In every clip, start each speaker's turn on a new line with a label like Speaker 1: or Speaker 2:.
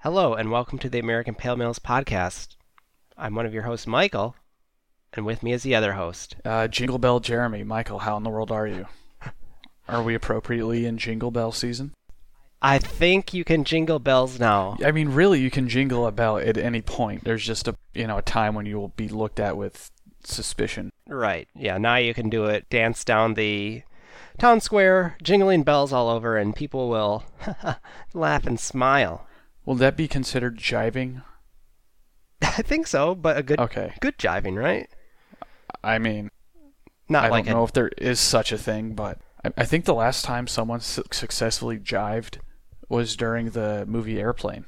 Speaker 1: Hello, and welcome to the American Pale Males podcast. I'm one of your hosts, Michael, and with me is the other host.
Speaker 2: Uh, Jingle Bell Jeremy. Michael, how in the world are you? Are we appropriately in Jingle Bell season?
Speaker 1: I think you can jingle bells now.
Speaker 2: I mean, really, you can jingle a bell at any point. There's just a you know a time when you will be looked at with suspicion.
Speaker 1: Right. Yeah, now you can do it. Dance down the town square, jingling bells all over, and people will laugh and smile.
Speaker 2: Will that be considered jiving?
Speaker 1: I think so, but a good
Speaker 2: Okay.
Speaker 1: good jiving, right?
Speaker 2: I mean,
Speaker 1: Not
Speaker 2: I
Speaker 1: like
Speaker 2: don't
Speaker 1: a
Speaker 2: know if there is such a thing, but I, I think the last time someone su- successfully jived was during the movie Airplane.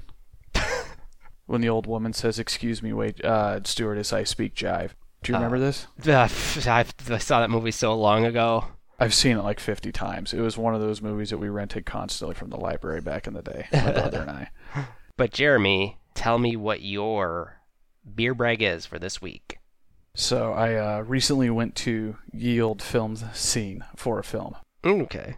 Speaker 2: when the old woman says, "Excuse me, wait, uh, stewardess, I speak jive." Do
Speaker 1: Uh,
Speaker 2: you remember this?
Speaker 1: Ugh, I I saw that movie so long ago.
Speaker 2: I've seen it like 50 times. It was one of those movies that we rented constantly from the library back in the day, my brother and I.
Speaker 1: But Jeremy, tell me what your beer brag is for this week.
Speaker 2: So I uh, recently went to Ye Old Films Scene for a film,
Speaker 1: Okay.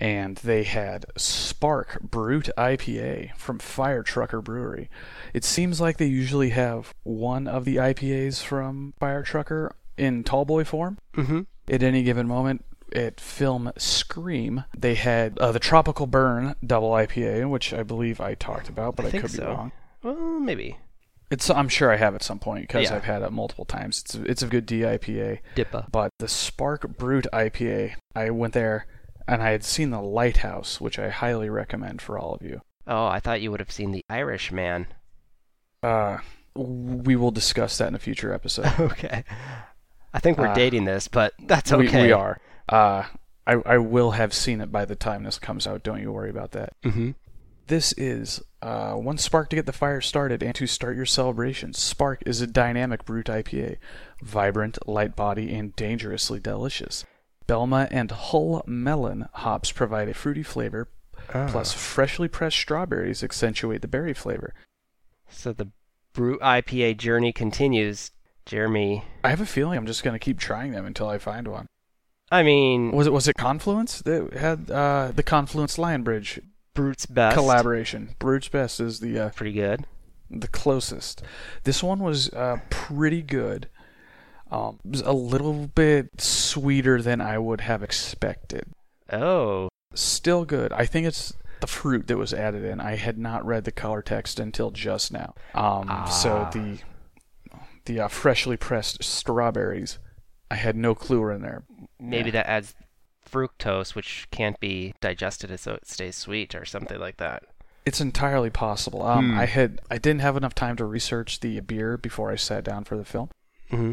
Speaker 2: and they had Spark Brute IPA from Fire Trucker Brewery. It seems like they usually have one of the IPAs from Fire Trucker in tallboy form.
Speaker 1: Mm-hmm.
Speaker 2: at any given moment at film Scream, they had uh, the Tropical Burn double IPA, which I believe I talked about, but
Speaker 1: I
Speaker 2: I,
Speaker 1: think
Speaker 2: could
Speaker 1: so.
Speaker 2: be wrong.
Speaker 1: Well, maybe.
Speaker 2: It's I'm sure I have at some point because
Speaker 1: Yeah.
Speaker 2: I've had it multiple times. It's it's a good DIPA,
Speaker 1: Dippa.
Speaker 2: but the Spark Brute IPA, I went there and I had seen the Lighthouse, which I highly recommend for all of you.
Speaker 1: Oh, I thought you would have seen the Irish man.
Speaker 2: Uh, we will discuss that in a future episode.
Speaker 1: Okay. I think we're
Speaker 2: Uh,
Speaker 1: dating this, but that's
Speaker 2: We-
Speaker 1: okay.
Speaker 2: we, are. Uh, I I will have seen it by the time this comes out. Don't you worry about that.
Speaker 1: Mm-hmm.
Speaker 2: This is uh, one spark to get the fire started and to start your celebration. Spark is a dynamic brute IPA, vibrant, light body, and dangerously delicious. Belma and Hull melon hops provide a fruity flavor,
Speaker 1: Ah.
Speaker 2: plus freshly pressed strawberries accentuate the berry flavor.
Speaker 1: So the Brew IPA journey continues. Jeremy,
Speaker 2: I have a feeling I'm just gonna keep trying them until I find one.
Speaker 1: I mean,
Speaker 2: Was it was it Confluence that had uh, the Confluence Lion Bridge
Speaker 1: Brute's best.
Speaker 2: collaboration? Brute's Best is the uh,
Speaker 1: Pretty good.
Speaker 2: the closest. This one was uh, pretty good. Um, it was a little bit sweeter than I would have expected.
Speaker 1: Oh,
Speaker 2: Still good. I think it's the fruit that was added in. I had not read the color text until just now. Um, So
Speaker 1: Ah.
Speaker 2: the the uh, freshly pressed strawberries, I had no clue were in there.
Speaker 1: maybe
Speaker 2: Yeah.
Speaker 1: that adds fructose, which can't be digested so it stays sweet or something like that.
Speaker 2: It's entirely possible. Um,
Speaker 1: Hmm.
Speaker 2: I had I didn't have enough time to research the beer before I sat down for the film.
Speaker 1: hmm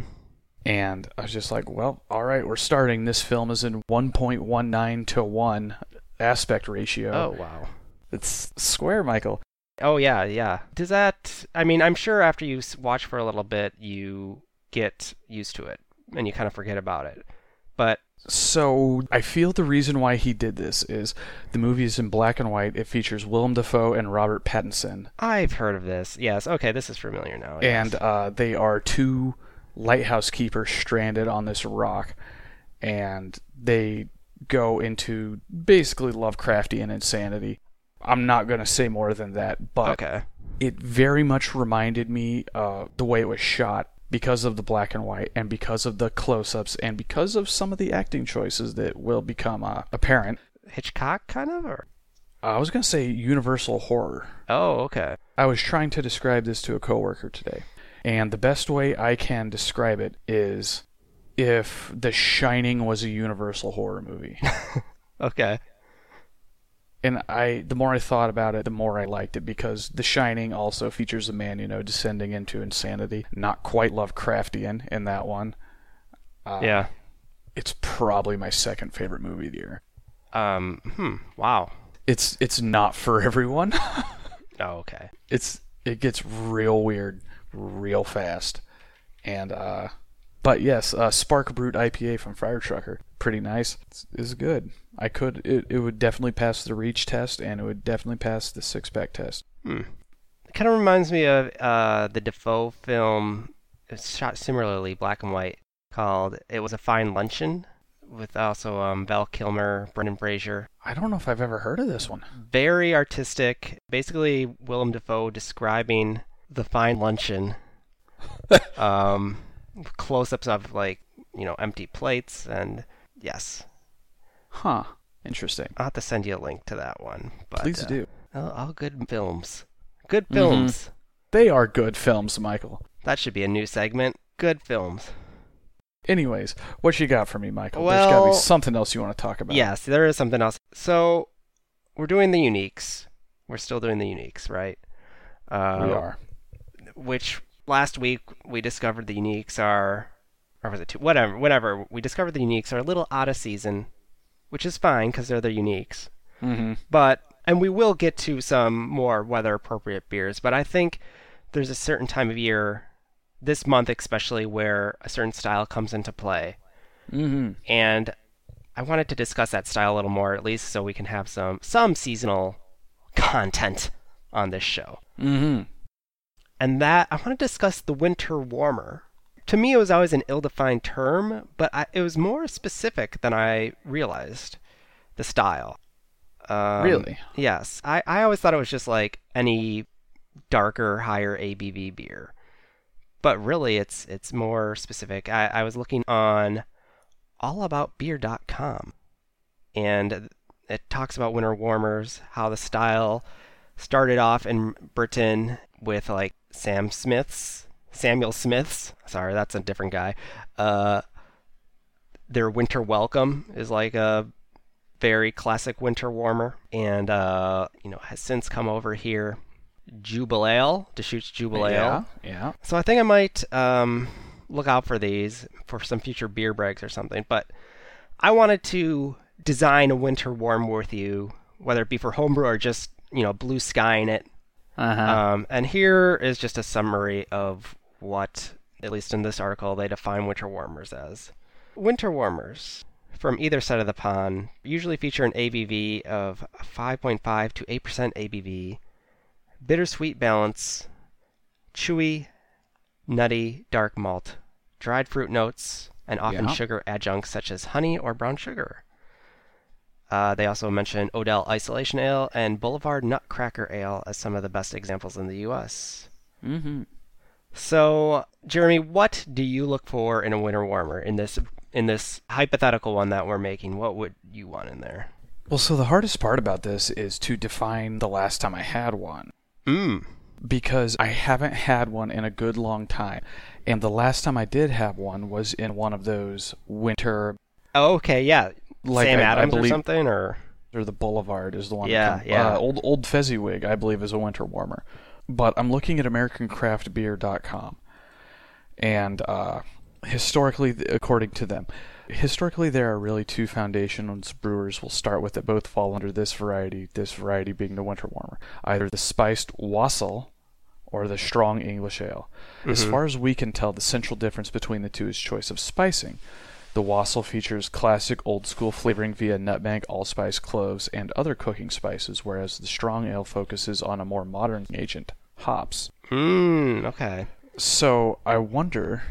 Speaker 2: And I was just like, well, all right, we're starting. This film is in 1.19 to 1 aspect ratio.
Speaker 1: Oh, wow.
Speaker 2: It's square, Michael.
Speaker 1: Oh, yeah, yeah. Does that, I mean, I'm sure after you s- watch for a little bit, you get used to it and you kind of forget about it. But,
Speaker 2: So I feel the reason why he did this is the movie is in black and white. It features Willem Dafoe and Robert Pattinson.
Speaker 1: I've heard of this. Yes. Okay. This is familiar now. yes.
Speaker 2: And uh, they are two lighthouse keepers stranded on this rock. And they go into basically Lovecraftian insanity. I'm not going to say more than that, but.
Speaker 1: okay.
Speaker 2: it very much reminded me uh, the way it was shot because of the black and white and because of the close-ups and because of some of the acting choices that will become uh, apparent
Speaker 1: Hitchcock kind of or
Speaker 2: i was going to say universal horror
Speaker 1: Oh, okay.
Speaker 2: i was trying to describe this to a coworker today and the best way i can describe it is if the shining was a universal horror movie
Speaker 1: Okay.
Speaker 2: and I the more I thought about it, the more I liked it because The Shining also features a man, you know, descending into insanity. Not quite Lovecraftian in that one. Uh,
Speaker 1: yeah.
Speaker 2: it's probably my second favorite movie of the year.
Speaker 1: Um hmm. Wow.
Speaker 2: It's it's not for everyone.
Speaker 1: Oh, okay.
Speaker 2: it's it gets real weird, real fast, and uh, but yes, uh, Spark Brute IPA from Fire Trucker, pretty nice. It's, it's good. I could it, it would definitely pass the reach test, and it would definitely pass the six pack test.
Speaker 1: Hmm. It kind of reminds me of uh the Defoe uh, film it's shot similarly black and white called It Was a Fine Luncheon. with also um, Val Kilmer, Brendan Fraser.
Speaker 2: I don't know if I've ever heard of this one.
Speaker 1: Very artistic. Basically, Willem Dafoe describing the fine luncheon. um, close-ups of like you know empty plates and yes,
Speaker 2: Huh. Interesting.
Speaker 1: I'll have to send you a link to that one. But,
Speaker 2: Please
Speaker 1: uh,
Speaker 2: do. Mm-hmm.
Speaker 1: All, all good films. Good films.
Speaker 2: They are good films, Michael.
Speaker 1: That should be a new segment. Good films.
Speaker 2: Anyways, what you got for me, Michael? There's got to
Speaker 1: Well-
Speaker 2: be something else you want to talk about.
Speaker 1: Yes, there is something else. So we're doing the uniques. We're still doing the uniques, right? Uh,
Speaker 2: We are.
Speaker 1: Which last week we discovered the uniques are, or was it two? Whatever, whatever. We discovered the uniques are a little out of season, which is fine because they're the uniques.
Speaker 2: Mm-hmm.
Speaker 1: but and we will get to some more weather appropriate beers but i think there's a certain time of year this month especially where a certain style comes into play
Speaker 2: Mm-hmm.
Speaker 1: and i wanted to discuss that style a little more at least so we can have some some seasonal content on this show
Speaker 2: Mm-hmm.
Speaker 1: and that i want to discuss the winter warmer to me it was always an ill-defined term but I, it was more specific than i realized the style um,
Speaker 2: really?
Speaker 1: Yes. I, I always thought it was just like any darker, higher ABV beer. But really, it's it's more specific. I, I was looking on allaboutbeer.com, and it talks about winter warmers, how the style started off in Britain with like Sam Smith's, Samuel Smith's. Sorry, that's a different guy. Uh, their winter welcome is like a very classic winter warmer, and uh, you know has since come over here. Jubal Ale, Deschutes Jubal Ale.
Speaker 2: Yeah. Yeah.
Speaker 1: So I think I might um, look out for these for some future beer breaks or something. But I wanted to design a winter warm with you, whether it be for homebrew or just you know blue skying it.
Speaker 2: Uh-huh.
Speaker 1: Um, and here is just a summary of what, at least in this article, they define winter warmers as. Winter warmers from either side of the pond usually feature an ABV of 5.5 to 8% ABV, bittersweet balance, chewy, nutty, dark malt, dried fruit notes, and often
Speaker 2: Yeah.
Speaker 1: sugar adjuncts such as honey or brown sugar. Uh, they also mention Odell Isolation Ale and Boulevard Nutcracker Ale as some of the best examples in the U.S.
Speaker 2: mm-hmm.
Speaker 1: So, Jeremy, what do you look for in a winter warmer in this in this hypothetical one that we're making? What would you want in there?
Speaker 2: Well, so the hardest part about this is to define the last time I had one Hmm.
Speaker 1: Mm.
Speaker 2: because I haven't had one in a good long time. And the last time I did have one was in one of those winter
Speaker 1: Oh, okay, yeah,
Speaker 2: Like
Speaker 1: Sam
Speaker 2: I- I
Speaker 1: Adams
Speaker 2: believe-
Speaker 1: or something, or
Speaker 2: or the Boulevard is the one. that
Speaker 1: Yeah,
Speaker 2: come-
Speaker 1: yeah.
Speaker 2: Uh, old old Fezziwig, I believe, is a winter warmer. But I'm looking at AmericanCraftBeer.com, and uh, historically, th- according to them, historically there are really two foundations brewers will start with that both fall under this variety. This variety being the winter warmer, either the spiced wassail or the strong English ale. As far as we can tell, the central difference between the two is choice of spicing. The wassail features classic old school flavoring via nutmeg, allspice, cloves, and other cooking spices, whereas the strong ale focuses on a more modern agent, hops. Hmm,
Speaker 1: mm, okay.
Speaker 2: So I wonder.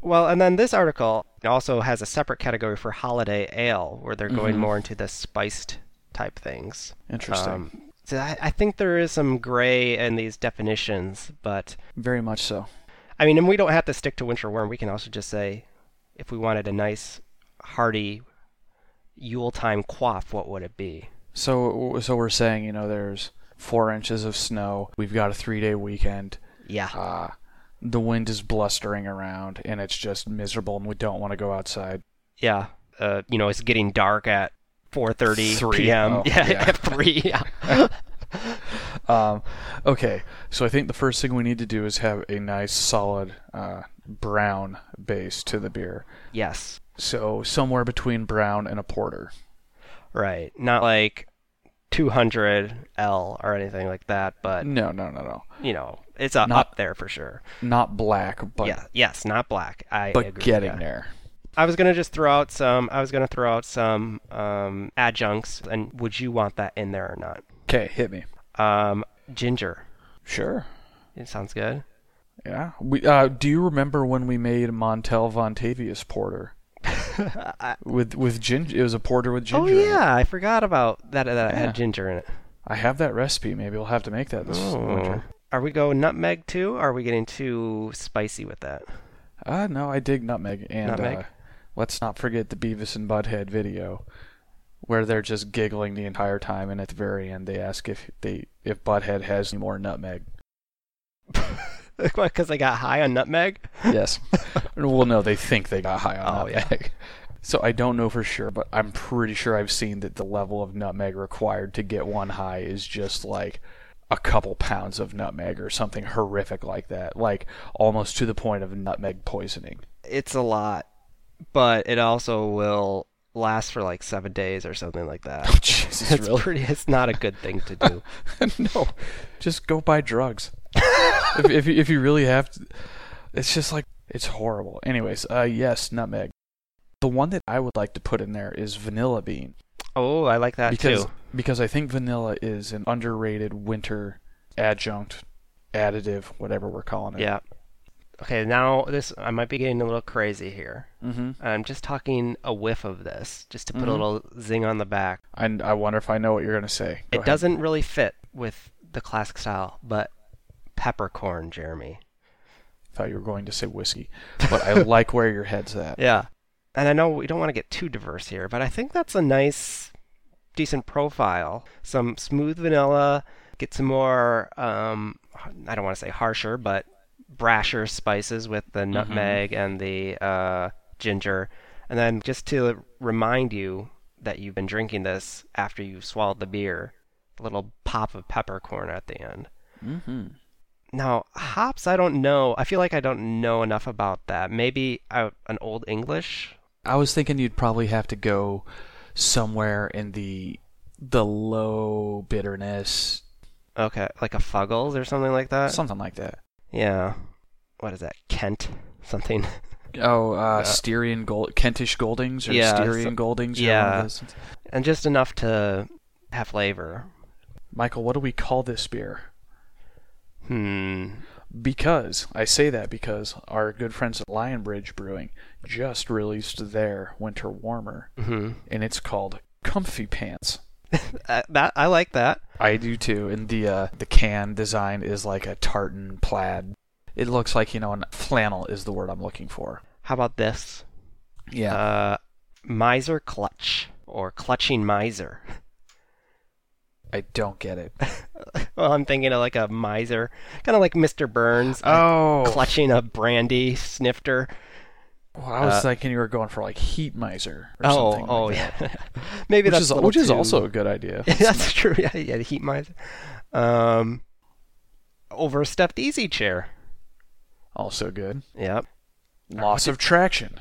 Speaker 1: Well, and then this article also has a separate category for holiday ale, where they're going more into the spiced type things.
Speaker 2: Mm-hmm. Interesting.
Speaker 1: Um, so I, I think there is some gray in these definitions, but
Speaker 2: Very much so.
Speaker 1: I mean, and we don't have to stick to winter warm. We can also just say, if we wanted a nice, hearty Yule time quaff, what would it be?
Speaker 2: So so we're saying you know there's four inches of snow. We've got a three day weekend.
Speaker 1: Yeah,
Speaker 2: Uh, the wind is blustering around and it's just miserable and we don't want to go outside.
Speaker 1: yeah. Uh, you know, it's getting dark at 4:30
Speaker 2: Three.
Speaker 1: p.m.
Speaker 2: Oh,
Speaker 1: yeah,
Speaker 2: yeah.
Speaker 1: at three. Yeah.
Speaker 2: Um, okay, so I think the first thing we need to do is have a nice solid uh, brown base to the beer.
Speaker 1: yes,
Speaker 2: So somewhere between brown and a porter.
Speaker 1: right. Not like 200 L or anything like that, but
Speaker 2: No, no, no, no.
Speaker 1: you know, it's uh,
Speaker 2: Mm. Not-
Speaker 1: up there for sure.
Speaker 2: Not black, but
Speaker 1: yeah, yes, not black. I
Speaker 2: but
Speaker 1: agree,
Speaker 2: getting
Speaker 1: yeah.
Speaker 2: there.
Speaker 1: I was gonna just throw out some. I was gonna throw out some um, adjuncts, and would you want that in there or not?
Speaker 2: Okay, hit me.
Speaker 1: Um, ginger.
Speaker 2: Sure.
Speaker 1: It sounds good.
Speaker 2: Yeah. We uh, do you remember when we made Montel Vontavious porter? with with ginger. It was a porter with ginger.
Speaker 1: oh
Speaker 2: in it.
Speaker 1: yeah, I forgot about that. That it
Speaker 2: Yeah.
Speaker 1: had ginger in it.
Speaker 2: I have that recipe. Maybe we'll have to make that this
Speaker 1: Oh.
Speaker 2: winter.
Speaker 1: Are we going nutmeg too? Or are we getting too spicy with that?
Speaker 2: Uh, no, I dig nutmeg. And
Speaker 1: Nutmeg?
Speaker 2: Uh, let's not forget the Beavis and Butthead video where they're just giggling the entire time, and at the very end, they ask if they if Butthead has any more nutmeg.
Speaker 1: Because I got high on nutmeg.
Speaker 2: Yes. well, no, they think they got high on
Speaker 1: Oh,
Speaker 2: nutmeg. So I don't know for sure, but I'm pretty sure I've seen that the level of nutmeg required to get one high is just like a couple pounds of nutmeg or something horrific like that, like almost to the point of nutmeg poisoning.
Speaker 1: It's a lot, but it also will last for like seven days or something like that.
Speaker 2: Oh, Jesus,
Speaker 1: It's pretty. It's not a good thing to do.
Speaker 2: no, just go buy drugs. if, if you- if you really have to, it's just like it's horrible. Anyways, uh, yes, nutmeg. The one that I would like to put in there is vanilla bean.
Speaker 1: oh, I like that
Speaker 2: because
Speaker 1: too.
Speaker 2: because I think vanilla is an underrated winter adjunct, additive, whatever we're calling it.
Speaker 1: Yeah. Okay, now this I might be getting a little crazy here.
Speaker 2: Mm-hmm.
Speaker 1: I'm just talking a whiff of this, just to put
Speaker 2: Mhm.
Speaker 1: a little zing on the back.
Speaker 2: And I wonder if I know what you're gonna say.
Speaker 1: it
Speaker 2: Go ahead.
Speaker 1: doesn't really fit with the classic style, but peppercorn, Jeremy.
Speaker 2: Thought you were going to say whiskey, but I like where your head's at.
Speaker 1: Yeah. And I know we don't want to get too diverse here, but I think that's a nice, decent profile. Some smooth vanilla, get some more, um, I don't want to say harsher, but brasher spices with the nutmeg and the uh, ginger. And then just to remind you that you've been drinking this after you've swallowed the beer, a little pop of peppercorn at the end.
Speaker 2: Mm-hmm.
Speaker 1: Now, hops, I don't know. I feel like I don't know enough about that. Maybe uh, an Old English
Speaker 2: I was thinking you'd probably have to go somewhere in the the low bitterness,
Speaker 1: Okay, like a Fuggles or something like that.
Speaker 2: something like that.
Speaker 1: yeah. What is that? Kent something.
Speaker 2: Oh, uh,
Speaker 1: Yeah.
Speaker 2: Styrian Gold, Kentish Goldings or
Speaker 1: Yeah,
Speaker 2: Styrian
Speaker 1: so-
Speaker 2: Goldings. or one of
Speaker 1: yeah.
Speaker 2: those.
Speaker 1: And just enough to have flavor.
Speaker 2: Michael, what do we call this beer?
Speaker 1: Hmm.
Speaker 2: Because I say that because our good friends at Lionbridge Brewing just released their winter warmer,
Speaker 1: hmm
Speaker 2: and it's called Comfy Pants.
Speaker 1: Uh, that I like that.
Speaker 2: I do too, and the uh, the can design is like a tartan plaid. It looks like you know, an flannel is the word I'm looking for.
Speaker 1: How about this?
Speaker 2: Yeah,
Speaker 1: Uh, miser clutch or clutching miser.
Speaker 2: I don't get it.
Speaker 1: well, I'm thinking of like a miser, kind of like Mr. Burns like,
Speaker 2: Oh,
Speaker 1: clutching a brandy snifter.
Speaker 2: well, I was
Speaker 1: uh,
Speaker 2: thinking you were going for like heat miser or
Speaker 1: Oh,
Speaker 2: something.
Speaker 1: oh
Speaker 2: like that.
Speaker 1: yeah. Maybe
Speaker 2: which
Speaker 1: that's
Speaker 2: is
Speaker 1: a little
Speaker 2: which is
Speaker 1: too-
Speaker 2: also a good idea.
Speaker 1: that's true. Yeah, yeah, the heat miser. Um, overstuffed easy chair.
Speaker 2: Also good.
Speaker 1: Yep.
Speaker 2: Loss of traction.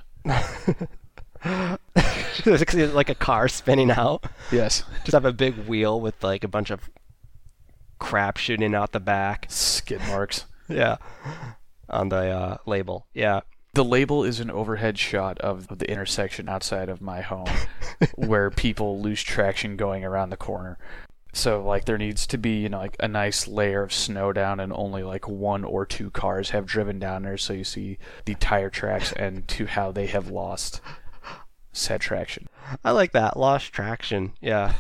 Speaker 1: It's like a car spinning out.
Speaker 2: Yes.
Speaker 1: Just have a big wheel with like a bunch of crap shooting out the back.
Speaker 2: Skid marks.
Speaker 1: Yeah. On the uh, label. Yeah.
Speaker 2: The label is an overhead shot of the intersection outside of my home where people lose traction going around the corner. So like there needs to be, you know, like a nice layer of snow down and only like one or two cars have driven down there so you see the tire tracks and to how they have lost said traction.
Speaker 1: I like that. Lost traction. Yeah.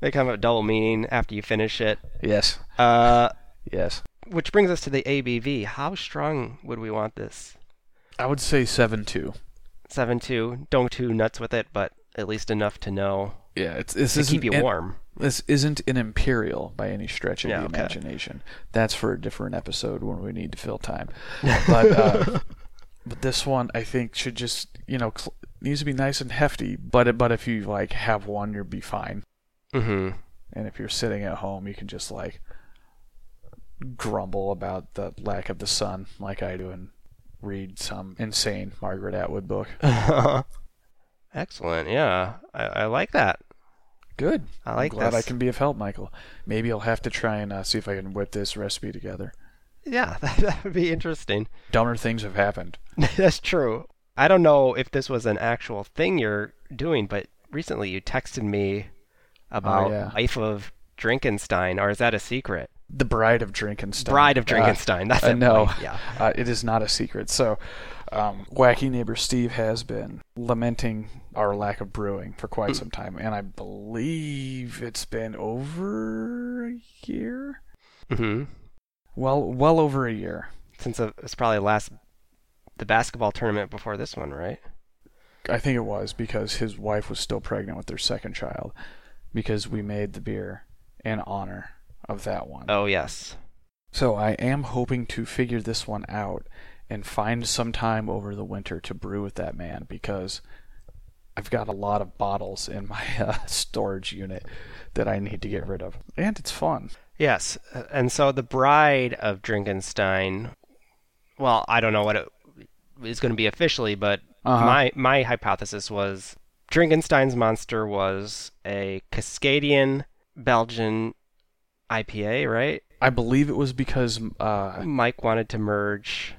Speaker 1: they kind of have double meaning after you finish it.
Speaker 2: Yes.
Speaker 1: Uh,
Speaker 2: Yes.
Speaker 1: which brings us to the ABV. How strong would we want this?
Speaker 2: I would say seven two.
Speaker 1: 7.2. Don't too nuts with it, but at least enough to know
Speaker 2: Yeah, it's this
Speaker 1: to keep you warm.
Speaker 2: This isn't an imperial by any stretch of
Speaker 1: Yeah,
Speaker 2: the
Speaker 1: okay.
Speaker 2: imagination. That's for a different episode when we need to fill time. But uh, but this one I think should just you know cl- needs to be nice and hefty. But but if you like have one, you'll be fine.
Speaker 1: Mm-hmm.
Speaker 2: And if you're sitting at home, you can just like grumble about the lack of the sun, like I do, and read some insane Margaret Atwood book.
Speaker 1: Excellent. Yeah. I, I like that.
Speaker 2: Good.
Speaker 1: I like
Speaker 2: I'm glad
Speaker 1: this.
Speaker 2: I can be of help, Michael. Maybe I'll have to try and uh, see if I can whip this recipe together.
Speaker 1: Yeah, that would be interesting.
Speaker 2: Dumber things have happened.
Speaker 1: That's true. I don't know if this was an actual thing you're doing, but recently you texted me about
Speaker 2: Oh, yeah.
Speaker 1: Life of Drinkenstein, or is that a secret?
Speaker 2: The Bride of Drinkenstein.
Speaker 1: Bride of
Speaker 2: Uh,
Speaker 1: Drinkenstein. That's
Speaker 2: I
Speaker 1: it.
Speaker 2: know.
Speaker 1: Like, Yeah.
Speaker 2: Uh, it is not a secret. So, um, wacky neighbor Steve has been lamenting our lack of brewing for
Speaker 1: Hmm.
Speaker 2: quite some time, and I believe it's been over a year.
Speaker 1: hmm
Speaker 2: Well, well over a year.
Speaker 1: Since it was probably last the basketball tournament before this one, right?
Speaker 2: I think it was because his wife was still pregnant with their second child, because we made the beer in honor of that one.
Speaker 1: Oh yes.
Speaker 2: So I am hoping to figure this one out and find some time over the winter to brew with that man because I've got a lot of bottles in my uh, storage unit that I need to get rid of. And it's fun.
Speaker 1: Yes, uh, and so the bride of Drinkenstein. Well, I don't know what it is going to be officially, but
Speaker 2: Uh-huh.
Speaker 1: my my hypothesis was Drinkenstein's monster was a Cascadian Belgian IPA, right?
Speaker 2: I believe it was because uh,
Speaker 1: Mike wanted to merge.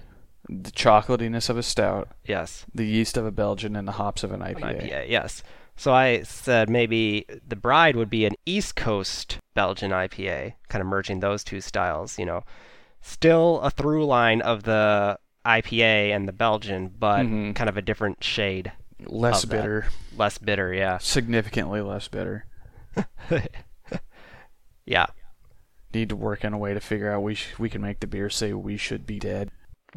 Speaker 2: the chocolatiness of a stout,
Speaker 1: Yes,
Speaker 2: the yeast of a Belgian, and the hops of an
Speaker 1: an
Speaker 2: IPA.
Speaker 1: IPA. Yes. So I said maybe the bride would be an East Coast Belgian IPA, kind of merging those two styles. You know, still a through line of the IPA and the Belgian, but
Speaker 2: Mhm.
Speaker 1: kind of a different shade,
Speaker 2: Less
Speaker 1: Of that.
Speaker 2: bitter,
Speaker 1: less bitter. Yeah,
Speaker 2: significantly less bitter.
Speaker 1: yeah.
Speaker 2: Need to work on a way to figure out we sh- we can make the beer say we should be dead.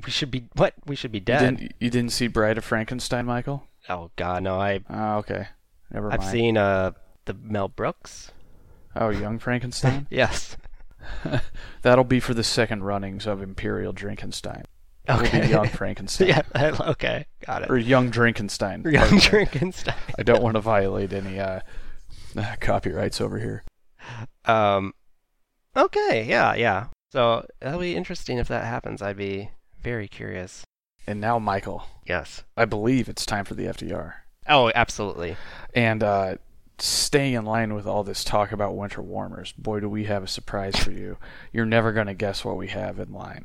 Speaker 1: We should be what? We should be
Speaker 2: You
Speaker 1: dead.
Speaker 2: didn't, you didn't see Bride of Frankenstein, Michael?
Speaker 1: Oh God, no. I
Speaker 2: Oh, okay. Never mind.
Speaker 1: I've seen uh the Mel Brooks.
Speaker 2: Oh, Young Frankenstein?
Speaker 1: Yes.
Speaker 2: That'll be for the second runnings of Imperial Drinkenstein. It'll be
Speaker 1: Okay.
Speaker 2: Young Frankenstein.
Speaker 1: yeah. Okay. Got it.
Speaker 2: Or Young Drinkenstein.
Speaker 1: Young Drinkenstein.
Speaker 2: I don't want to violate any uh, uh, copyrights over here.
Speaker 1: Um, okay, yeah, yeah. So that'll be interesting if that happens. I'd be very curious.
Speaker 2: And now, Michael,
Speaker 1: Yes.
Speaker 2: I believe it's time for the FDR.
Speaker 1: Oh, absolutely.
Speaker 2: And uh, staying in line with all this talk about winter warmers, boy, do we have a surprise for you. You're never going to guess what we have in line.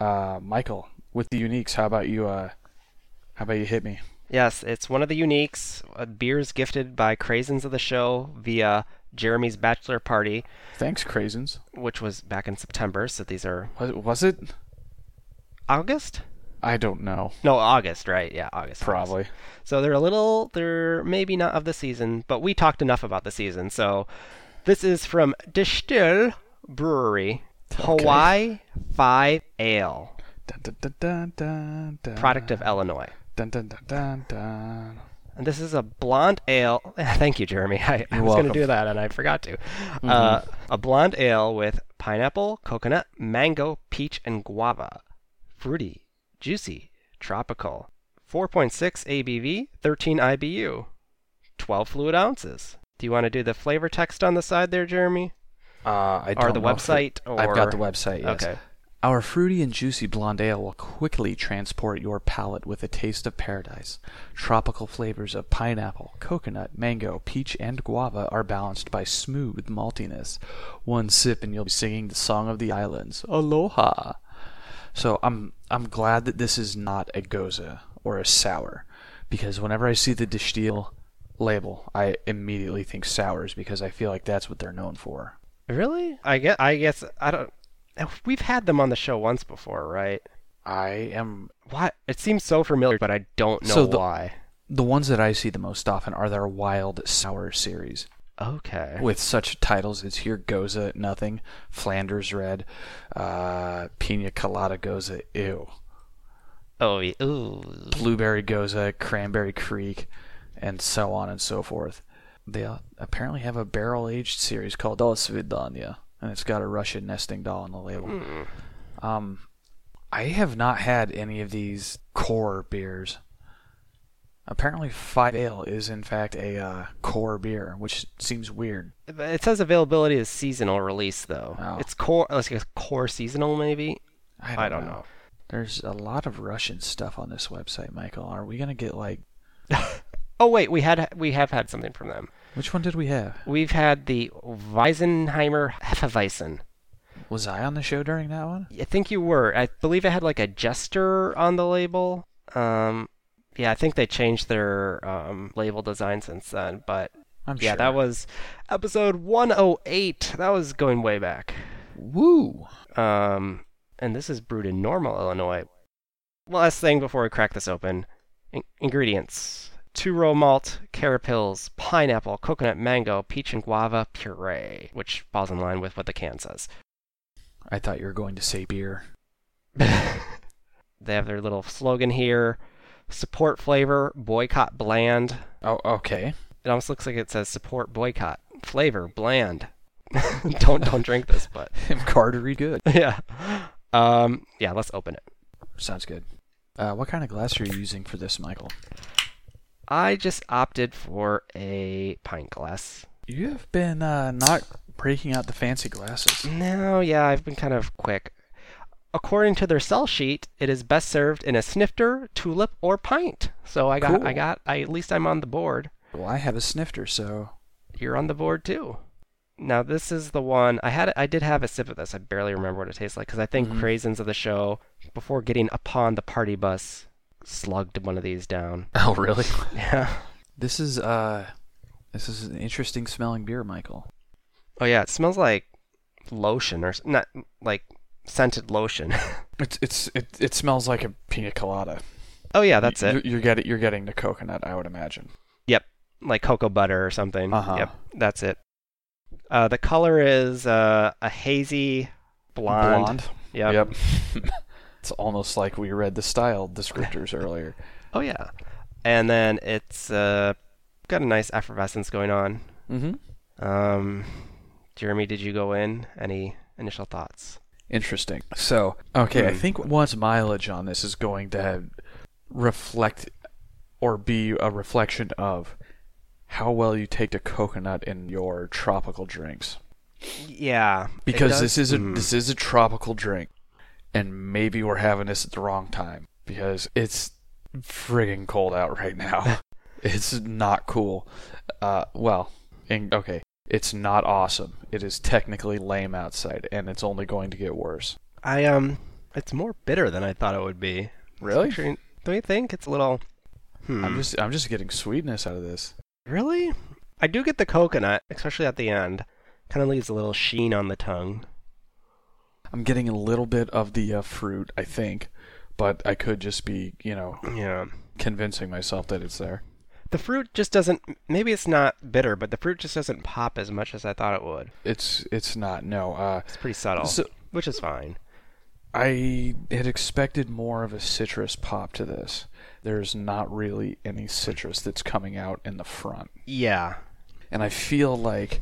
Speaker 2: Uh, Michael, with the uniques, how about you? Uh, how about you hit me?
Speaker 1: Yes, it's one of the uniques. Uh, beers gifted by Crazens of the Show via Jeremy's bachelor party,
Speaker 2: Thanks, Crazens.
Speaker 1: which was back in September. So these are
Speaker 2: Was, was it?
Speaker 1: August?
Speaker 2: I don't know.
Speaker 1: No, August, right? Yeah, August. August.
Speaker 2: Probably.
Speaker 1: So they're a little, they're maybe not of the season, but we talked enough about the season. So this is from Distill Brewery, Hawaii 5 Ale.
Speaker 2: Dun, dun, dun, dun, dun, dun,
Speaker 1: product of Illinois.
Speaker 2: Dun, dun, dun, dun, dun.
Speaker 1: And this is a blonde ale. Thank you, Jeremy. I, I was going
Speaker 2: welcome. Mm-hmm.
Speaker 1: to do that and I forgot to. Uh, a blonde ale with pineapple, coconut, mango, peach, and guava. Fruity, juicy, tropical. 4.6 ABV, 13 IBU, 12 fluid ounces. Do you want to do the flavor text on the side there, Jeremy?
Speaker 2: Uh, I
Speaker 1: Or
Speaker 2: don't
Speaker 1: the
Speaker 2: know if
Speaker 1: website?
Speaker 2: it- I've
Speaker 1: or-
Speaker 2: got the website. Yes.
Speaker 1: Okay.
Speaker 2: Our fruity and juicy blonde ale will quickly transport your palate with a taste of paradise. Tropical flavors of pineapple, coconut, mango, peach, and guava are balanced by smooth maltiness. One sip and you'll be singing the song of the islands. Aloha. So I'm I'm glad that this is not a goza or a sour, because whenever I see the distill label, I immediately think sours because I feel like that's what they're known for.
Speaker 1: Really? I guess, I guess, I don't. We've had them on the show once before, right?
Speaker 2: I am
Speaker 1: Why? It seems so familiar, but I don't know
Speaker 2: So the-
Speaker 1: why.
Speaker 2: the ones that I see the most often are their wild sour series
Speaker 1: Okay.
Speaker 2: with such titles as Here Goza Nothing, Flanders Red, uh, Pina Colada Goza Ew,
Speaker 1: Oh, yeah. ooh.
Speaker 2: Blueberry Goza, Cranberry Creek, and so on and so forth. They uh, apparently have a barrel aged series called Osvidanya, and it's got a Russian nesting doll on the label.
Speaker 1: Hmm.
Speaker 2: Um, I have not had any of these core beers. Apparently, Five Ale is in fact a uh, core beer, which seems weird.
Speaker 1: It says availability is seasonal release though.
Speaker 2: Oh.
Speaker 1: It's core. Let's guess core seasonal maybe.
Speaker 2: I don't,
Speaker 1: I don't
Speaker 2: know.
Speaker 1: know.
Speaker 2: There's a lot of Russian stuff on this website, Michael. Are we gonna get like
Speaker 1: Oh wait, we had we have had something from them.
Speaker 2: which one did we have?
Speaker 1: We've had the Weisenheimer Hefeweizen.
Speaker 2: Was I on the show during that one?
Speaker 1: I think you were. I believe it had like a jester on the label. Um, yeah, I think they changed their um, label design since then. But
Speaker 2: I'm
Speaker 1: yeah,
Speaker 2: sure.
Speaker 1: oh that was episode 108. That was going way back.
Speaker 2: Woo.
Speaker 1: Um, and this is brewed in Normal, Illinois. Last thing before we crack this open In- ingredients two row malt, carapils, pineapple, coconut, mango, peach, and guava puree, which falls in line with what the can says.
Speaker 2: I thought you were going to say beer.
Speaker 1: they have their little slogan here support flavor, boycott bland.
Speaker 2: Oh, okay.
Speaker 1: It almost looks like it says support boycott, flavor bland. don't don't drink this, but
Speaker 2: Cartery good.
Speaker 1: yeah. Um, yeah, let's open it.
Speaker 2: Sounds good. Uh, what kind of glass are you using for this, Michael?
Speaker 1: I just opted for a pint glass.
Speaker 2: You have been uh, not breaking out the fancy glasses.
Speaker 1: No, yeah, I've been kind of quick. According to their sell sheet, it is best served in a snifter, tulip, or pint. So I got,
Speaker 2: Cool.
Speaker 1: I got, I, at least I'm on the board.
Speaker 2: Well, I have a snifter, so
Speaker 1: You're on the board too. Now this is the one I had. I did have a sip of this. I barely remember what it tastes like because I think
Speaker 2: Mhm.
Speaker 1: Craisins of the show, before getting upon the party bus, slugged one of these down.
Speaker 2: Oh, really?
Speaker 1: Yeah.
Speaker 2: This is uh, this is an interesting smelling beer, Michael.
Speaker 1: Oh yeah, it smells like lotion or s- not like scented lotion.
Speaker 2: It's it's it, it smells like a pina colada.
Speaker 1: oh yeah, that's it.
Speaker 2: You're, you're getting you're getting the coconut, I would imagine.
Speaker 1: Like cocoa butter or something.
Speaker 2: Uh-huh.
Speaker 1: Yep, that's it. Uh, the color is uh, a hazy blonde. Yep.
Speaker 2: Yep. it's almost like we read the style descriptors earlier.
Speaker 1: Oh yeah. And then it's uh, got a nice effervescence going on.
Speaker 2: Mm-hmm.
Speaker 1: Um, Jeremy, did you go in? Any initial thoughts?
Speaker 2: Interesting. So, okay, I
Speaker 1: Hmm.
Speaker 2: think one's mileage on this is going to reflect or be a reflection of how well you take to coconut in your tropical drinks.
Speaker 1: Yeah,
Speaker 2: Because this is a
Speaker 1: Mm.
Speaker 2: this is a tropical drink, and maybe we're having this at the wrong time because it's friggin' cold out right now. it's not cool. Uh, well, in, okay, it's not awesome. It is technically lame outside, and it's only going to get worse.
Speaker 1: I um, it's more bitter than I thought it would be.
Speaker 2: Really?
Speaker 1: Don't you think it's a little? Hmm.
Speaker 2: I'm just I'm just getting sweetness out of this.
Speaker 1: really. I do get the coconut, especially at the end. Kind of leaves a little sheen on the tongue.
Speaker 2: I'm getting a little bit of the uh, fruit, I think, but I could just be, you know,
Speaker 1: Yeah.
Speaker 2: convincing myself that it's there.
Speaker 1: The fruit just doesn't. Maybe it's not bitter, but the fruit just doesn't pop as much as I thought it would.
Speaker 2: It's it's not. No. Uh,
Speaker 1: It's pretty subtle,
Speaker 2: so
Speaker 1: which is fine.
Speaker 2: I had expected more of a citrus pop to this. There's not really any citrus that's coming out in the front.
Speaker 1: Yeah.
Speaker 2: And I feel like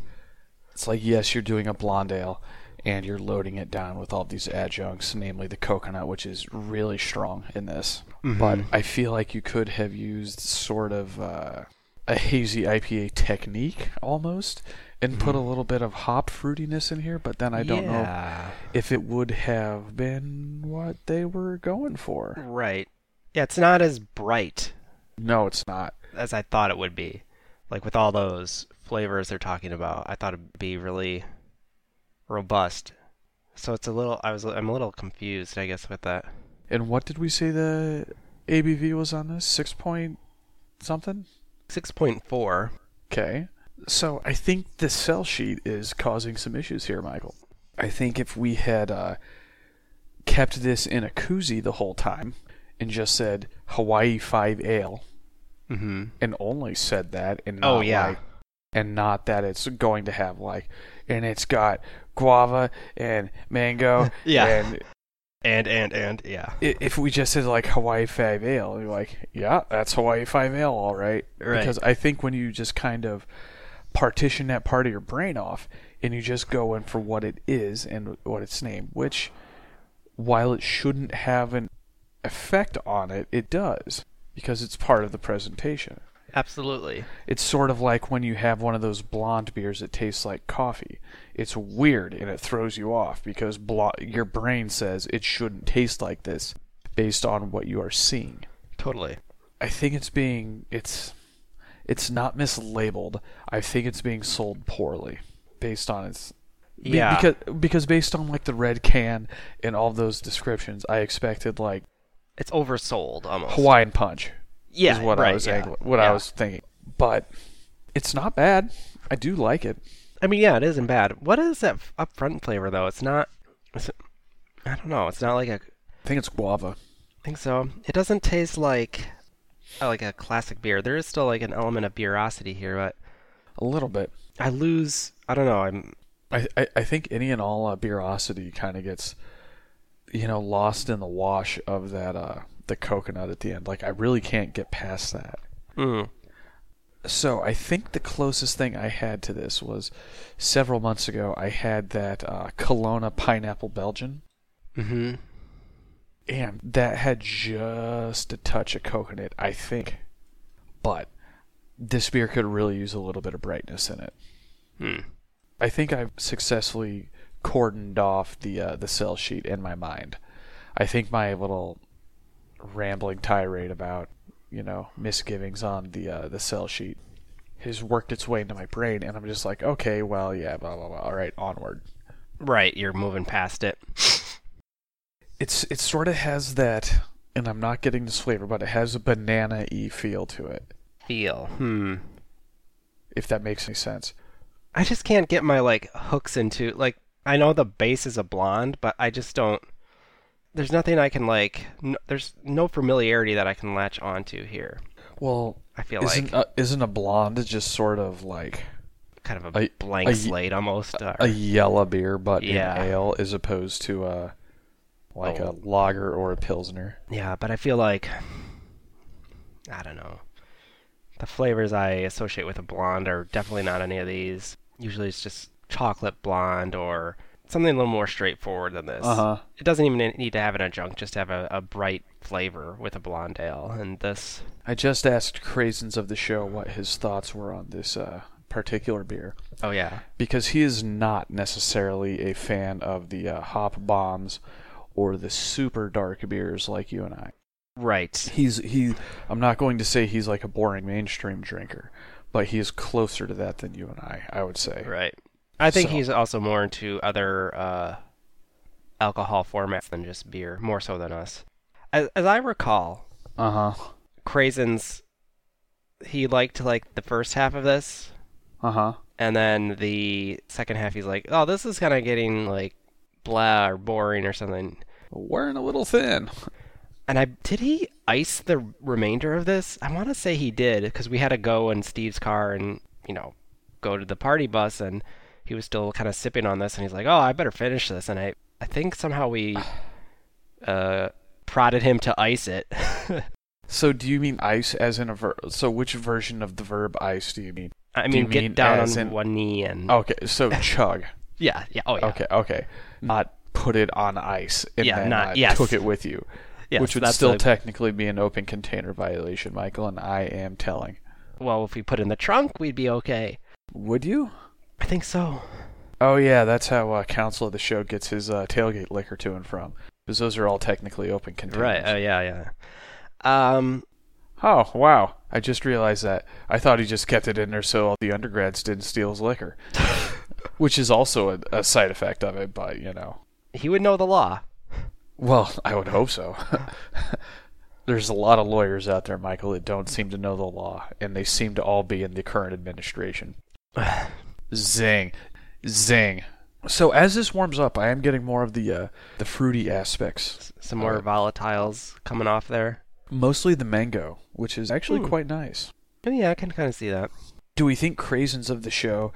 Speaker 2: it's like yes, you're doing a blonde ale and you're loading it down with all these adjuncts, namely the coconut, which is really strong in this. But I feel like you could have used sort of uh, a hazy IPA technique almost and put a little bit of hop fruitiness in here, but then I don't know
Speaker 1: yeah.
Speaker 2: if it would have been what they were going for.
Speaker 1: Right. Yeah, it's not as bright
Speaker 2: No, it's not.
Speaker 1: as I thought it would be. Like with all those flavors they're talking about, I thought it'd be really robust. So it's a little I was I'm a little confused, I guess, with that.
Speaker 2: And what did we say the ABV was on this? Six point something?
Speaker 1: 6.4.
Speaker 2: Okay. So I think the cell sheet is causing some issues here, Michael. I think if we had uh, kept this in a koozie the whole time and just said Hawaii Five Ale
Speaker 1: Mhm.
Speaker 2: and only said that and
Speaker 1: Oh,
Speaker 2: not
Speaker 1: yeah.
Speaker 2: like- and not that it's going to have like and it's got guava and mango
Speaker 1: Yeah.
Speaker 2: and
Speaker 1: oh, And and and yeah.
Speaker 2: i- if we just said like Hawaii Five Ale, you're like, yeah, that's Hawaii Five Ale, all right.
Speaker 1: Right.
Speaker 2: Because I think when you just kind of partition that part of your brain off and you just go in for what it is and what its name, which while it shouldn't have an effect on it, it does because it's part of the presentation.
Speaker 1: Absolutely.
Speaker 2: It's sort of like when you have one of those blonde beers that tastes like coffee. It's weird and it throws you off because blo- your brain says it shouldn't taste like this based on what you are seeing.
Speaker 1: Totally.
Speaker 2: I think it's being it's it's not mislabeled. I think it's being sold poorly based on its be-
Speaker 1: Yeah.
Speaker 2: because because based on like the red can and all those descriptions, I expected like
Speaker 1: It's oversold almost.
Speaker 2: Hawaiian punch
Speaker 1: yeah,
Speaker 2: is what I
Speaker 1: right,
Speaker 2: was
Speaker 1: yeah.
Speaker 2: angli- what I
Speaker 1: Yeah.
Speaker 2: was thinking. But it's not bad. I do like it.
Speaker 1: I mean, yeah, it isn't bad. What is that f- upfront flavor though? It's not. It's, I don't know. It's not like a. I
Speaker 2: I think it's guava.
Speaker 1: think so. It doesn't taste like uh, like a classic beer. There is still like an element of beerosity here, but
Speaker 2: A little bit.
Speaker 1: I lose. I don't know. I'm.
Speaker 2: I, I, I think any and all uh, beerosity kind of gets, you know, lost in the wash of that uh, the coconut at the end. Like I really can't get past that.
Speaker 1: Mm,
Speaker 2: So I think the closest thing I had to this was several months ago. I had that uh, Kelowna pineapple Belgian,
Speaker 1: mm-hmm.
Speaker 2: and that had just a touch of coconut, I think. But this beer could really use a little bit of brightness in it.
Speaker 1: Hmm.
Speaker 2: I think I've successfully cordoned off the uh, the cell sheet in my mind. I think my little rambling tirade about you know misgivings on the uh, the cell sheet has worked its way into my brain, and I'm just like, okay, well, yeah, blah blah blah. All right, onward.
Speaker 1: Right. You're moving past it.
Speaker 2: It's it sort of has that, and I'm not getting this flavor, but it has a banana y feel to it,
Speaker 1: Feel. Hmm.
Speaker 2: if that makes any sense.
Speaker 1: I just can't get my like hooks into like I know the base is a blonde, but I just don't. There's nothing I can like. N- there's no familiarity that I can latch onto here.
Speaker 2: Well,
Speaker 1: I feel
Speaker 2: isn't
Speaker 1: like
Speaker 2: a, isn't a blonde just sort of like
Speaker 1: kind of a,
Speaker 2: a-
Speaker 1: blank
Speaker 2: a y-
Speaker 1: slate almost. or-
Speaker 2: a yellow beer, but
Speaker 1: Yeah.
Speaker 2: an ale as opposed to a like
Speaker 1: Oh.
Speaker 2: a lager or a pilsner.
Speaker 1: yeah, but I feel like I don't know. The flavors I associate with a blonde are definitely not any of these. Usually it's just chocolate blonde or something a little more straightforward than this. It doesn't even need to have an adjunct, just have a, a bright flavor with a blonde ale. And this,
Speaker 2: I just asked Crazens of the show what his thoughts were on this uh, particular beer
Speaker 1: oh yeah,
Speaker 2: because he is not necessarily a fan of the uh, hop bombs or the super dark beers like you and I.
Speaker 1: right.
Speaker 2: He's he. I'm not going to say he's like a boring mainstream drinker, but he is closer to that than you and I. I would say.
Speaker 1: Right. I think
Speaker 2: So-
Speaker 1: he's also more into other uh, alcohol formats than just beer, more so than us. As, as I recall,
Speaker 2: Uh
Speaker 1: Uh-huh.
Speaker 2: huh.
Speaker 1: Crazen's, he liked like the first half of this,
Speaker 2: Uh huh.
Speaker 1: and then the second half he's like, oh, this is kind of getting like blah or boring or something.
Speaker 2: Wearing a little thin.
Speaker 1: And I did he ice the remainder of this? I want to say he did because we had to go in Steve's car and you know go to the party bus and he was still kind of sipping on this and he's like, "Oh, I better finish this." And I I think somehow we uh prodded him to ice it.
Speaker 2: So do you mean ice as in a verb? So which version of the verb ice do you mean?
Speaker 1: I
Speaker 2: Do
Speaker 1: mean,
Speaker 2: you
Speaker 1: get
Speaker 2: mean
Speaker 1: down
Speaker 2: as
Speaker 1: on
Speaker 2: in- Oh.
Speaker 1: one knee and
Speaker 2: Okay, so chug.
Speaker 1: yeah, yeah, oh Mm. yeah.
Speaker 2: Okay, okay. Not put it on ice and
Speaker 1: Yeah,
Speaker 2: then
Speaker 1: not-
Speaker 2: uh,
Speaker 1: yes.
Speaker 2: took it with you,
Speaker 1: Yes,
Speaker 2: which would
Speaker 1: that's
Speaker 2: still
Speaker 1: a-
Speaker 2: technically be an open container violation, Michael. And I am telling.
Speaker 1: well, if we put it in the trunk, we'd be okay.
Speaker 2: Would you?
Speaker 1: I think so.
Speaker 2: Oh yeah, that's how uh, counsel of the show gets his uh, tailgate liquor to and from, because those are all technically open containers.
Speaker 1: Right. Oh yeah, yeah. Um
Speaker 2: Oh wow! I just realized that. I thought he just kept it in there so all the undergrads didn't steal his liquor, which is also a, a side effect of it. But you know,
Speaker 1: he would know the law.
Speaker 2: well, I would hope so. There's a lot of lawyers out there, Michael, that don't seem to know the law, and they seem to all be in the current administration. Zing, zing. So as this warms up, I am getting more of the uh, the fruity aspects,
Speaker 1: Some more
Speaker 2: Alright.
Speaker 1: volatiles coming off there.
Speaker 2: mostly the mango, which is actually
Speaker 1: Ooh.
Speaker 2: quite nice.
Speaker 1: Oh, Yeah, I can kind of see that.
Speaker 2: Do we think Crazens of the show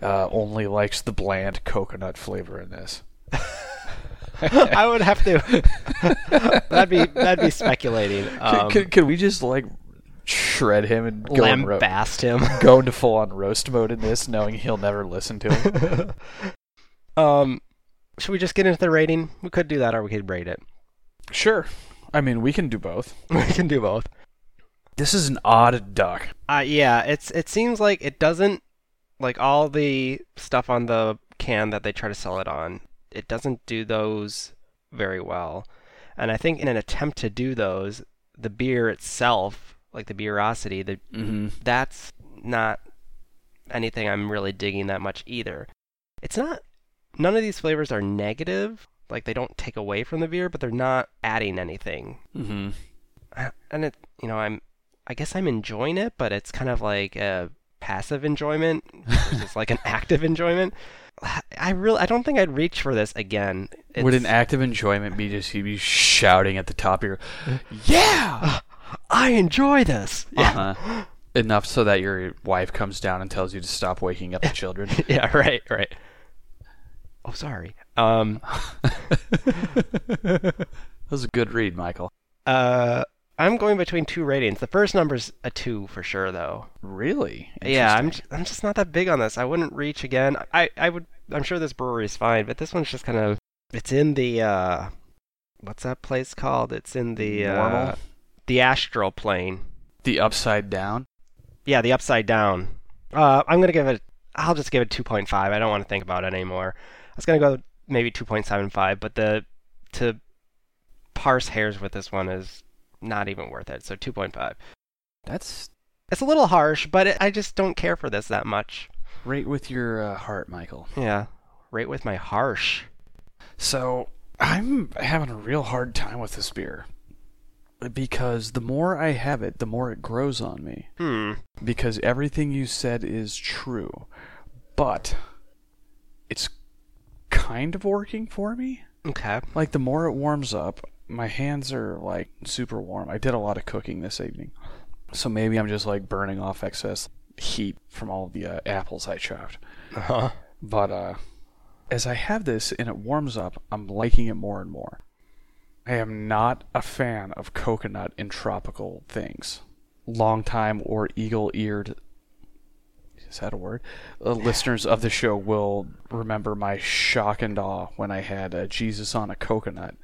Speaker 2: uh, only likes the bland coconut flavor in this?
Speaker 1: I would have to. that'd be that'd be speculating. Um,
Speaker 2: could, could we just like shred him and go, in ro-
Speaker 1: lambast him.
Speaker 2: go into full on roast mode in this, knowing he'll never listen to it?
Speaker 1: um, should we just get into the rating? We could do that, or we could rate it.
Speaker 2: sure. I mean, we can do both.
Speaker 1: We can do both.
Speaker 2: This is an odd duck.
Speaker 1: Uh, yeah, it's it seems like it doesn't like all the stuff on the can that they try to sell it on. It doesn't do those very well, and I think in an attempt to do those, the beer itself, like the beerosity, the
Speaker 2: Mm-hmm.
Speaker 1: that's not anything I'm really digging that much either. It's not none of these flavors are negative, like they don't take away from the beer, but they're not adding anything.
Speaker 2: Mm-hmm.
Speaker 1: And it, you know, I'm I guess I'm enjoying it, but it's kind of like a passive enjoyment versus like an active enjoyment. I really, I don't think I'd reach for this again. It's,
Speaker 2: Would an active enjoyment be just you be shouting at the top of your, yeah,
Speaker 1: I enjoy this. Yeah,
Speaker 2: uh-huh. enough so that your wife comes down and tells you to stop waking up the children?
Speaker 1: yeah, right, right. Oh, sorry. Um,
Speaker 2: that was a good read, Michael.
Speaker 1: uh, I'm going between two ratings. The first number's a two for sure, though.
Speaker 2: Really?
Speaker 1: Yeah, I'm j- I'm just not that big on this. I wouldn't reach again. I I would. I'm sure this brewery is fine, but this one's just kind of. It's in the uh, what's that place called? It's in the uh,
Speaker 2: Normal?
Speaker 1: the astral plane.
Speaker 2: The upside down.
Speaker 1: Yeah, the upside down. Uh, I'm gonna give it. I'll just give it 2.5. I don't want to think about it anymore. I was gonna go maybe 2.75, but the to parse hairs with this one is not even worth it. So 2.5.
Speaker 2: That's
Speaker 1: It's a little harsh, but it, I just don't care for this that much.
Speaker 2: right with your uh, heart, Michael.
Speaker 1: Yeah, right with my harsh.
Speaker 2: So I'm having a real hard time with this beer because the more I have it, the more it grows on me.
Speaker 1: Hmm.
Speaker 2: because everything you said is true, but it's kind of working for me.
Speaker 1: Okay.
Speaker 2: Like the more it warms up, my hands are like super warm. I did a lot of cooking this evening, so maybe I'm just like burning off excess heat from all the uh, apples I chopped.
Speaker 1: Uh huh.
Speaker 2: But uh, as I have this and it warms up, I'm liking it more and more. I am not a fan of coconut and tropical things. Long time or eagle eared. Is that a word? Uh, listeners of the show will remember my shock and awe when I had uh, Jesus on a coconut.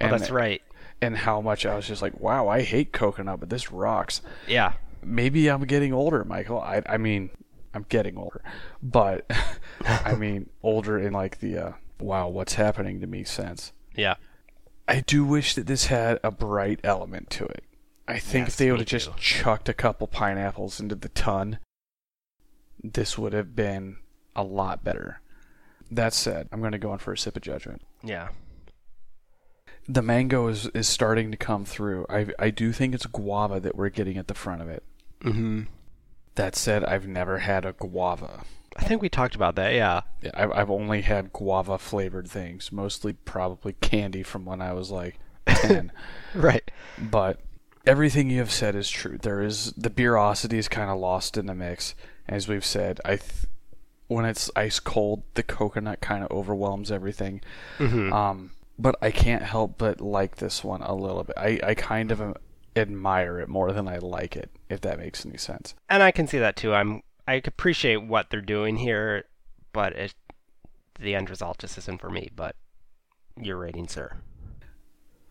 Speaker 1: Oh, that's right.
Speaker 2: And how much I was just like, wow, I hate coconut, but this rocks
Speaker 1: Yeah.
Speaker 2: maybe I'm getting older, Michael. I I mean, I'm getting older, but I mean older in like the uh, wow, what's happening to me sense.
Speaker 1: Yeah.
Speaker 2: I do wish that this had a bright element to it. I think
Speaker 1: Yes,
Speaker 2: if they would
Speaker 1: me
Speaker 2: have just
Speaker 1: too.
Speaker 2: chucked a couple pineapples into the ton, this would have been a lot better. That said, I'm going to go in for a sip of judgment
Speaker 1: Yeah.
Speaker 2: the mango is, is starting to come through. I I do think it's guava that we're getting at the front of it.
Speaker 1: Mm-hmm.
Speaker 2: That said, I've never had a guava.
Speaker 1: I think we talked about that. Yeah.
Speaker 2: Yeah, I've I've only had guava flavored things, mostly probably candy from when I was like ten.
Speaker 1: Right.
Speaker 2: but everything you have said is true. There is the beerosity is kind of lost in the mix, as we've said. I th- when it's ice cold, the coconut kind of overwhelms everything.
Speaker 1: Mm-hmm.
Speaker 2: Um, but I can't help but like this one a little bit. I I kind of uh, admire it more than I like it, if that makes any sense.
Speaker 1: and I can see that too. I'm I appreciate what they're doing here, but it the end result just isn't for me. But your rating, sir.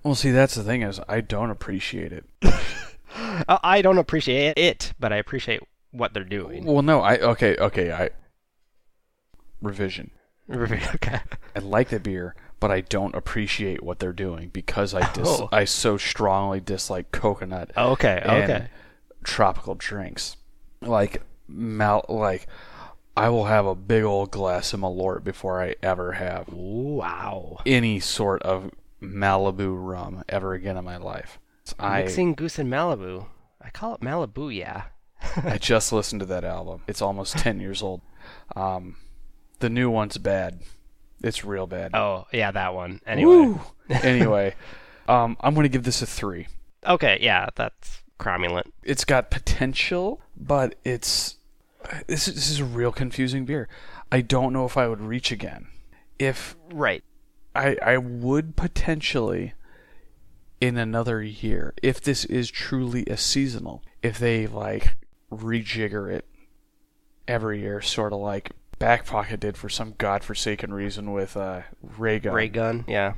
Speaker 2: Well, see, that's the thing is I don't appreciate it.
Speaker 1: I Uh, I don't appreciate it, but I appreciate what they're doing.
Speaker 2: Well, no, I okay, okay, I revision.
Speaker 1: okay.
Speaker 2: I like the beer, but I don't appreciate what they're doing because I dis-
Speaker 1: Oh.
Speaker 2: I so strongly dislike coconut
Speaker 1: Okay.
Speaker 2: and
Speaker 1: Okay.
Speaker 2: tropical drinks. Like mount like I will have a big old glass of Malort before I ever have
Speaker 1: Wow.
Speaker 2: any sort of Malibu rum ever again in my life. So I
Speaker 1: Mixing Goose and Malibu. I call it Malibu, yeah.
Speaker 2: I just listened to that album. It's almost 10 years old. Um, the new one's bad. It's real bad.
Speaker 1: Oh, yeah, that one. Anyway.
Speaker 2: Woo! anyway, um, I'm going to give this a three.
Speaker 1: Okay, yeah, that's cromulent.
Speaker 2: It's got potential, but it's this is, this is a real confusing beer. I don't know if I would reach again. If
Speaker 1: Right.
Speaker 2: I I would potentially in another year if this is truly a seasonal. If they like rejigger it every year, sort of like Back Pocket did for some godforsaken reason with uh, Ray Gun.
Speaker 1: Ray gun, yeah.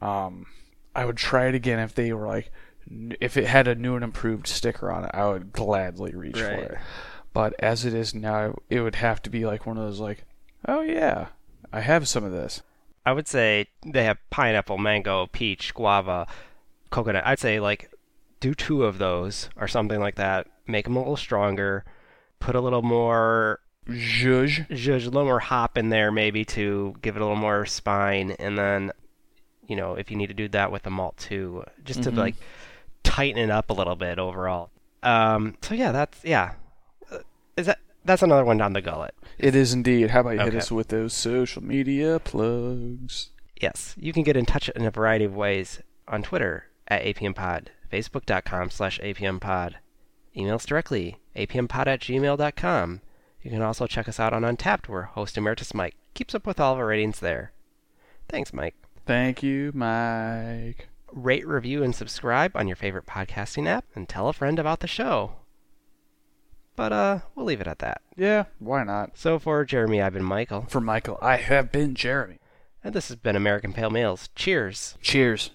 Speaker 2: Um, I would try it again if they were like, n- if it had a new and improved sticker on it, I would gladly reach
Speaker 1: Right.
Speaker 2: for it. But as it is now, it would have to be like one of those like, oh yeah, I have some of this.
Speaker 1: I would say they have pineapple, mango, peach, guava, coconut. I'd say like do two of those or something like that. Make them a little stronger. Put a little more
Speaker 2: Zhuzh.
Speaker 1: zhuzh, a little more hop in there maybe to give it a little more spine. And then, you know, if you need to do that with the malt too, just
Speaker 2: Mhm.
Speaker 1: to like tighten it up a little bit overall. Um, so yeah, that's yeah. Uh, Is that that's another one down the gullet?
Speaker 2: It is indeed. How about you hit
Speaker 1: Okay.
Speaker 2: us with those social media plugs?
Speaker 1: Yes, you can get in touch in a variety of ways on Twitter at apmpod, facebook.com slash apmpod, email us directly, apmpod at gmail.com. You can also check us out on Untapped, where host Emeritus Mike keeps up with all of our ratings there. Thanks, Mike.
Speaker 2: Thank you, Mike.
Speaker 1: Rate, review, and subscribe on your favorite podcasting app, and tell a friend about the show. But, uh, we'll leave it at that.
Speaker 2: Yeah, why not?
Speaker 1: So for Jeremy, I've been Michael,
Speaker 2: For Michael, I have been Jeremy.
Speaker 1: and this has been American Pale Males. Cheers!
Speaker 2: Cheers.